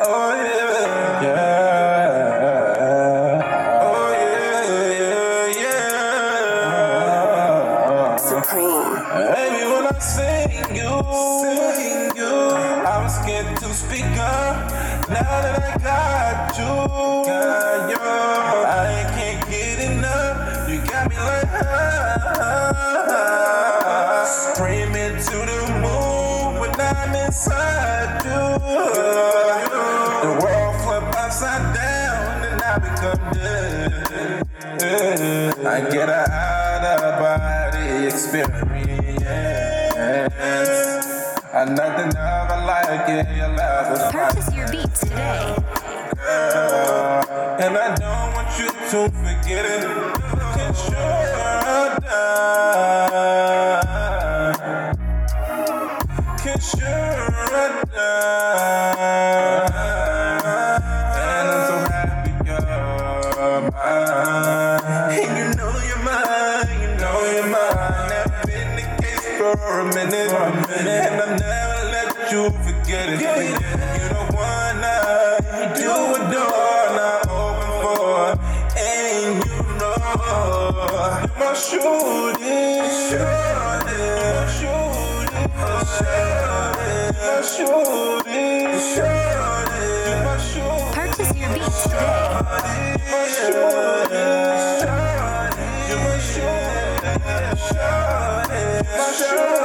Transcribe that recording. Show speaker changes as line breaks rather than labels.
Oh yeah, yeah. Oh yeah, Oh, yeah, yeah. Supreme. Baby, when I sing you, sing you, I was scared to speak up. Now that I got you, got you, I can't get enough. You got me like ah, screaming to the moon when I'm inside you. The world flip upside down and I become dead. I get a out of body experience. And nothing ever like it. Your love is
Purchase your beats today.
and I don't want you to forget it. Cause you're done. Cause you're a dime. And I'm so happy you're mine. And you know you're mine, you know you're mine. I've been the case for a minute. And I've never let you forget it. You're the one I do adore. Not open for. And you know you're my shooting. shooting.
Purchase your beats today.
Shorty,